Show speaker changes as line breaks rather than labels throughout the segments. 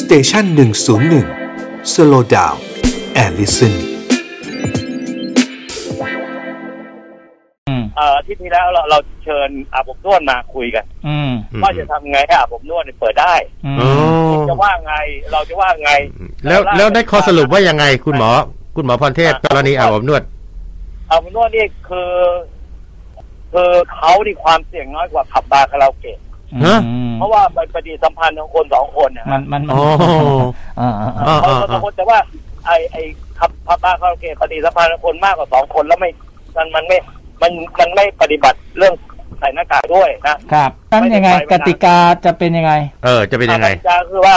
สเตชันหนึ่งศูนย์หนึ่งสโลดาวแอลลิสัน
อืม
เอ่ออาที่ที่แล้วเราเราเชิญอาบอบนวดมาคุยกัน
อืม
อืม
ว่าจะทำไงให้อาบอบนวดเนี่ยเปิดได้
อืม
อ๋อ
จะว่าไงเราจะว่าไง
แล้วแล้วได้ข้อสรุปว่ายังไงคุณหมอ คุณหมอพรเทพกรณีอาบอบนวด
อาบอบนวดนี่คือคือเขานี่ความเสี่ยงน้อยกว่าขับบาร์คาราโอเกะ
ฮะ
เพราะว่ามันปฏิสัมพันธ์ของคนสองคนนะ
มันมันมัน
อ๋อ
อ่าอ่าอ่า
อ่า
เขาส
อ่า
องคนแต่ว่า ไอไอขับขับบาร์คาราโอเกะปฏิสัมพันธ์ของคนมากกว่าสองคนแล้วไม่มันมันไม่มันมันไม่ปฏิบัติเรื่องใส่หน้ากากด้วยนะ
ครับนั้นยังไง กติกาจะเป็นยังไง
เออ จะเป็นยังไง
กติกาคือว่า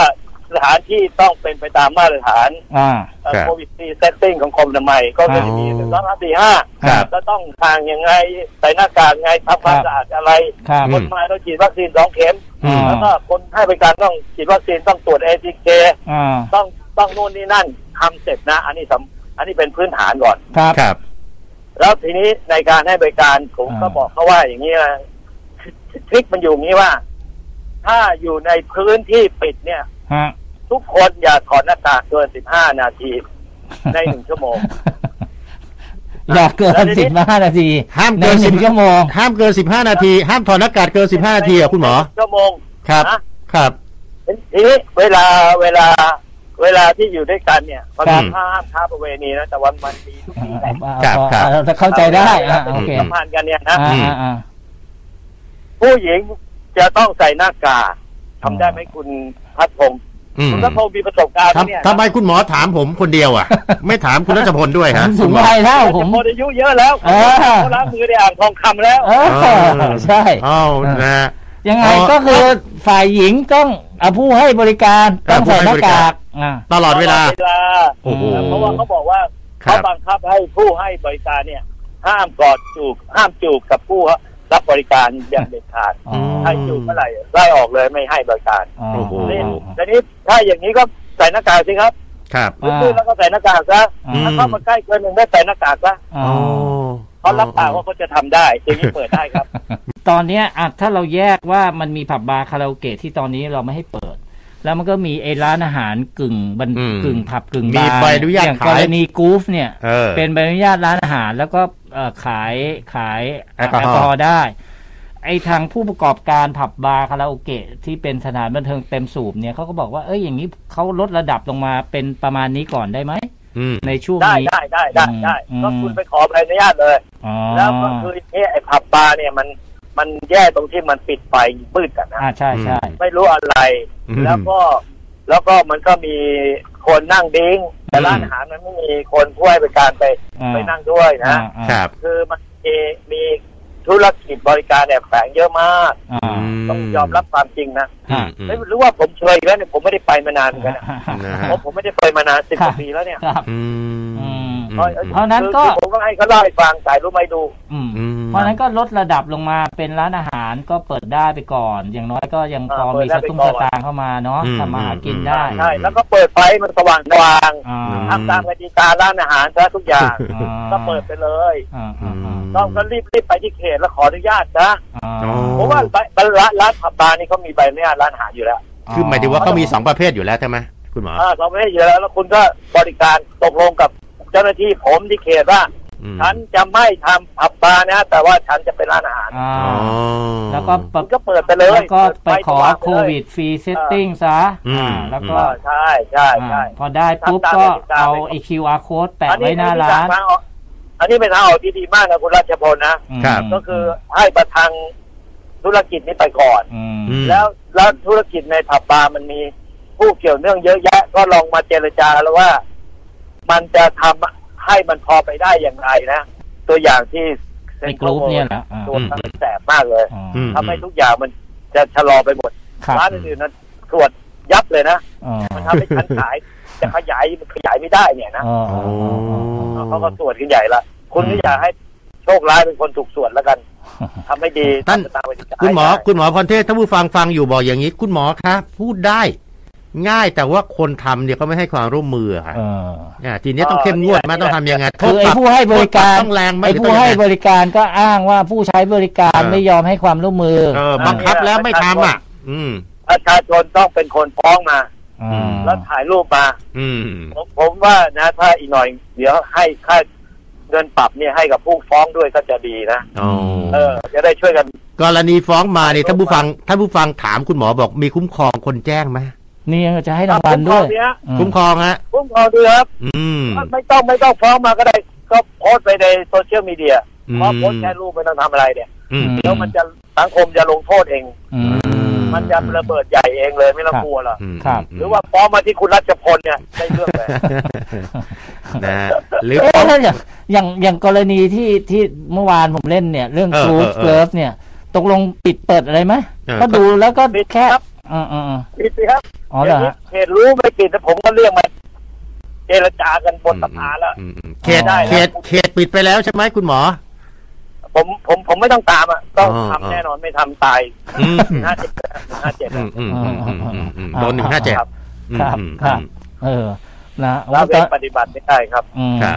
สถานที่ต้องเป็นไปตามมาตรฐาน
อ่า
ครับ
โควิดซีเซตติ้งของกรมอนามัยก็คือมีหนึ่งสองสามสี่ห้า
ครับ
แล้วต้องทางยังไงใส่หน้ากากไงทำความ
ครับ
สะอาดอะไร
ครับ
คนมาต้องฉีดวัคซีนสองเข็ม
อืม
แล้วก็คนให้บริการต้องฉีดวัคซีนต้องตรวจเอทีเค
อ่า
ต้องต้องนู่นนี่นั่นทำเสร็จนะ อันนี้สำอันนี้เป็นพื้นฐานก่อน
ครับ
ครับ
แล้วทีนี้ในการให้บริการผมก็
อ่า
บอกเขาว่าอย่างนี้นะทริคมันอยู่อย่างนี้ว่า ถ้าอยู่ในพื้นที่ปิดเนี่ย
ฮะ
ทุกคนอย่าถอดหน้ากากเกิน 15 นาที ในหนึ่งชั่วโมง
อย่าเกิน
แล้วทีนี้
สิบห้านาที
ห้าม
ใน
เกิน
ห
สิ
นึ่
บ
งชั่วโมง
ห้ามเกินสิบห้านาที ห้ามถอดหน้ากากเกินสิบห้านาทีอ่ะคุณหมอ
ชั่วโมง
ครับ
นะครับ ทีนี้เวลาเวลา เวลาที่อยู่ด้วยกันเนี่ยเขา
ครั
ห้า
บ
มค้าประเวณีนะแต่วันมันดีทุกทีแหละ
อ่า
ครับ
พอ
ครับ
อ่าเราเข้าใจได้
วล
อ่า
ป็น
โอเค
สัมพันธ์กันเนี่ยนะ
อ่าอ่าอ่า
ผู้หญิงจะต้องใส่หน้ากากทำได้ไหมคุณพัดพงศ์
อืม
คุณพัดพงศ์มีประสบการณ์ไหมเนี่ย
ทำทำไมคุณหมอถามผมคนเดียวอ่ะ ไม่ถามคุณรัชพลด้วยฮะ
ผมสู
คุ
ง
ณหมอ
วัยแล้ว
ผ
ผม
มหมดอายุเยอะแล้ว
เออ
เขาล้างมือในอ่างทองคำแล้ว
เออใช่
เอ้านะฮะ
ยังไง
เออ
ก็คือฝ่ายหญิงต้องเอาผู้ให้บริการ
เออ
ต้องใส่ห
ผู้
น้า
ให้บริกาก
าก
ร
กอ่า
ตลอดเวลา
ตลอดเวลา
โอ้โห
อืม
เพราะว่าเขาบอกว่า
ครั
เขา
บ
บังคับให้ผู้ให้บริการเนี่ย ห้ามกอดจูบห้ามจูบกับผู้รับบริการอย่างเด็ดขาด
อ๋อ
ม
ให้จูบเมื่อไหร่ไล่ออกเลยไม่ให้บริการ
อ๋อ
โอ้โห
อ๋
นี่
อ
ทีนี้ถ้าอย่างนี้ก็ใส่หน้ากากสิครับ
ครับ
อ่า
ขึ้นแล้วก็ใส่หน้ากากซะ
อืม
ถ้าเข้ามาใกล้เกินหนึ่งไม่ใส่หน้ากากซะ
อ๋อ
เขารับปากว่าเขาจะทำได้อย่างนี้เปิดได้ครับ
ตอนเนี้ยอ่ะถ้าเราแยกว่ามันมีผับบาร์คาราโอเกะที่ตอนนี้เราไม่ให้เปิด แล้วมันก็มีไอ้ร้านอาหารกึ่งบัน
อืม
กึ่งผับกึ่ง
มี
บาร์
ใบอนุญาต
อย่าง
ขาย
กรณีกูฟเนี่ย
เออ
เป็นใบอนุญาตร้านอาหารแล้วก็เอ่อขายขาย
แอลกอฮอล์
ได้ ไอ้ทางผู้ประกอบการผับบาร์คาราโอเกะที่เป็นสถานบันเทิงเต็มสูบเนี่ยเขาก็บอกว่าเอ้ยอย่างนี้เขาลดระดับลงมาเป็นประมาณนี้ก่อนได้ไหม
อืม
ในช่วง
ได้
นี้
ได้ได้ได้ได้
อืม
ก็คุณไปขอใบอนุญาตเลย
อ๋อ
แล้วก็คือเนี่ยไอ้ผับบาร์เนี่ยมันมันแย่ตรงที่มันปิดไฟมืดกันนะ
อ่าใช่ใช่
ไม่รู้อะไร
อืม
แล้วก็ แล้วก็มันก็มีคนนั่งดิ้ง แต่
อืม
ร้านอาหารมันไม่มีคนช่วยบริการไป
อ่า
ไปนั่งด้วยนะ
อ่า
ครับ
คือมันมีมีธุรกิจบริการแอบแฝงเยอะมาก
อ่า
ต้องยอมรับความจริงนะ
อืมอืม
ไม่รู้ว่าผมเคยแล้วเนี่ยผมไม่ได้ไปมานานเหมือนกันนะ
นะฮะ
ผมผมไม่ได้ไปมานานสิบกว่าปีแล้วเนี่ย
ครับ
อืม
อืม
อืม
พ
เพราะฉะนั้นก็
คือผมก็ให้เขาเล่าให้ฟังสายรู้ไหมดู
อืม
อืม
เพราะฉะนั้นก็ลดระดับลงมาเป็นร้านอาหารก็เปิดได้ไปก่อน อย่างน้อยก็ยังพอ
อ่าเปิ
มี
ดได้
ส
ไป
ตุ้ง
ก่อ
ส
น
ตางค์เข้ามาเนาะ
อืม
ทำมาหากิน
อืม
ได้
ใช่แล้วก็เปิดไฟมันสว่างสว่าง
อ่า
ครับ
ทำตามกติการ้านอาหารซะทุกอย่าง
อ่า
ก็เปิดไปเลย
อ่าอ่าอ่า
ต้องก็รีบรีบไปที่เขตแล้วขออนุญาตนะ
อ่า
โอ้
เพราะว่าร้านร้านร้านผับบาร์นี่เขามีใบอนุญาตร้านอาหารอยู่แล้ว
คือหมายถึงว่าเขามีสองประเภทอยู่แล้วใช่ไหมคุณหมอ
อ่าเราไม่ได้อยู่แล้วแล้วคุณก็บริการตกลงกับเจ้าหน้าที่ผมที่เขตว่า
อืม
ฉันจะไม่ทำผับบาร์นะ แต่ว่าฉันจะเป็นร้านอาหาร
อ่า
อ๋อ
แล้วก็
คุ
ปรับ
ณก็เปิดไปเลย
แล้วก็ไปขอ
เดฟสาง
โค
เลย
วิดฟรีเซตติ้งซะ
อืม
อ่าแล้วก็
อ่าใช่ใช่ใช่
อ่าพอได้ปุ๊บ
ทำตาม
ก็
กติกา
เอา
ไปก่อน
ไอ QR code แปะไว้หน้าร้า
อั
น
เป็นทงออกอันนี้เป็นทางออกที่ดีมากนะคุณราชพลนะ
อืม
ครับ
ก็คือให้ประทังธุรกิจนี้ไปก่อน
ม
อืม
แล้วแล้วธุรกิจในผับบาร์มันมีผู้เกี่ยวเนื่องเยอะแยะ ก็ลองมาเจรจาแล้วว่า มันจะทำให้มันพอไปได้อย่างไรนะ ตัวอย่างที่
ไอกรุ๊ปเนี่ยนะอ่า
ตัว
อืม
แสบมากเลย
อ๋อ
อืม
ทำให้ทุกอย่างมันจะชะลอไปหมด
ครับ
ร้านอื่นๆนั้นตรวจยับเลยนะ
อ๋อ
มันทำให้ชั้น ขาย จะขยายขยายไม่ได้เนี่ยนะ
อ๋อ
อ๋อ
อ๋ออ๋ออ๋อ
เขาก็ตรวจกันใหญ่ละคุณก็อย่าให้โชคร้ายเป็นคนถูกส่วนแล้ว กันทำให้ดี
ท่าน
ตมไปที่ขาย
คุณหมอ
ได้
คุณหมอพรเทพถ้าผู้ฟังฟังอยู่บอกอย่างนี้ คุณหมอคะพูดได้ ง่ายแต่ว่าคนทำเนี่ยเขาไม่ให้ความร่วมมืออะค่ะ
เออ
อ่าทีนี้ต้องเข้มงวดมากต้องทำยังไงโท
คื
ษ
อไอ
ปรับ
ผู้ให้บริการ
โทษปต้องแรงไหม
ไอ
หรือ
ผู้
ต้องยัง
ให้
ไง
บริการก็อ้างว่าผู้ใช้บริการ
เออ
ไม่ยอมให้ความร่วมมือ
เออบังคับแล้วไม่ทำอ่ะ อืม
ประชาชนต้องเป็นคนฟ้องมา
อ่า
แล้วถ่ายรูปมา
อืม
ผมผมว่านะ ถ้าอีกหน่อย เดี๋ยวให้ค่าเงินปรับเนี่ยให้กับผู้ฟ้องด้วยก็จะดีนะ
อ๋อ
เออ จะได้ช่วยกัน
กรณีฟ้องมาเนี่ยท่านผู้ฟังท่านผู้ฟังถามคุณหมอบอกมีคุ้มครองคนแจ้งไหม
นี่ยังจะให้รางวัลด้วย
ผมขอเนี่ย
อืม
คุ้มครองฮะ
ผมขอดูครับ
อืม
ไม่ต้องไม่ต้องฟ้องมาก็ได้ ก็โพสต์ไปในโซเชียลมีเดีย
อืม
พอโพสต์แค่รูปไม่ต้องทำอะไรเนี่ย
อืม
เดี๋ยวมันจะสังคมจะลงโทษเอง
อืม
มันจะระเบิดใหญ่เองเลยไม่ต้อง
ครับ
กลัวหรอก
ครับ
หรือว่าฟ้องมาที่คุณรัชพลเนี่ยได้เรื่องเลย
นะฮะหรือ
เอ๊ะแล้วอย่างอย่างอย่างกรณีที่ที่เมื่อวานผมเล่นเนี่ย เรื่อง
เออ
ครู
เออเออ
เกิร์ฟเนี่ย ตกลงปิดเปิดอะไรไหม
เออ
ก็ดูแล้วก็
ปิด
แค่
ครับ
อ่าอ่าอ่า
ผิดสิครับ
อ๋อเหรอฮะ
เขตรู้ไม่ผิดแต่ผมก็เรียกมาเจรจากันบนสภาแล้ว
อืมอืมเขต
ได้แล้ว
เขตเขตปิดไปแล้วใช่ไหมคุณหมอ
ผมผมผมไม่ต้องตามอ่ะต้อง
อ๋อ
ทำ
อ๋อ
แน่นอนไม่ทำตาย
อืม
หน้าเจ็ดหน้าเจ็ด
อืมอืมอืมอืมอืมอืมโดนหนึ่งห้าเจ็ด
ครับ
อืม
ครับ
อืม
ครับ เออนะ
แล้ว
ว่า
เป็
ก็
นปฏิบัติไม่ได้ครับ
อืม
ครับ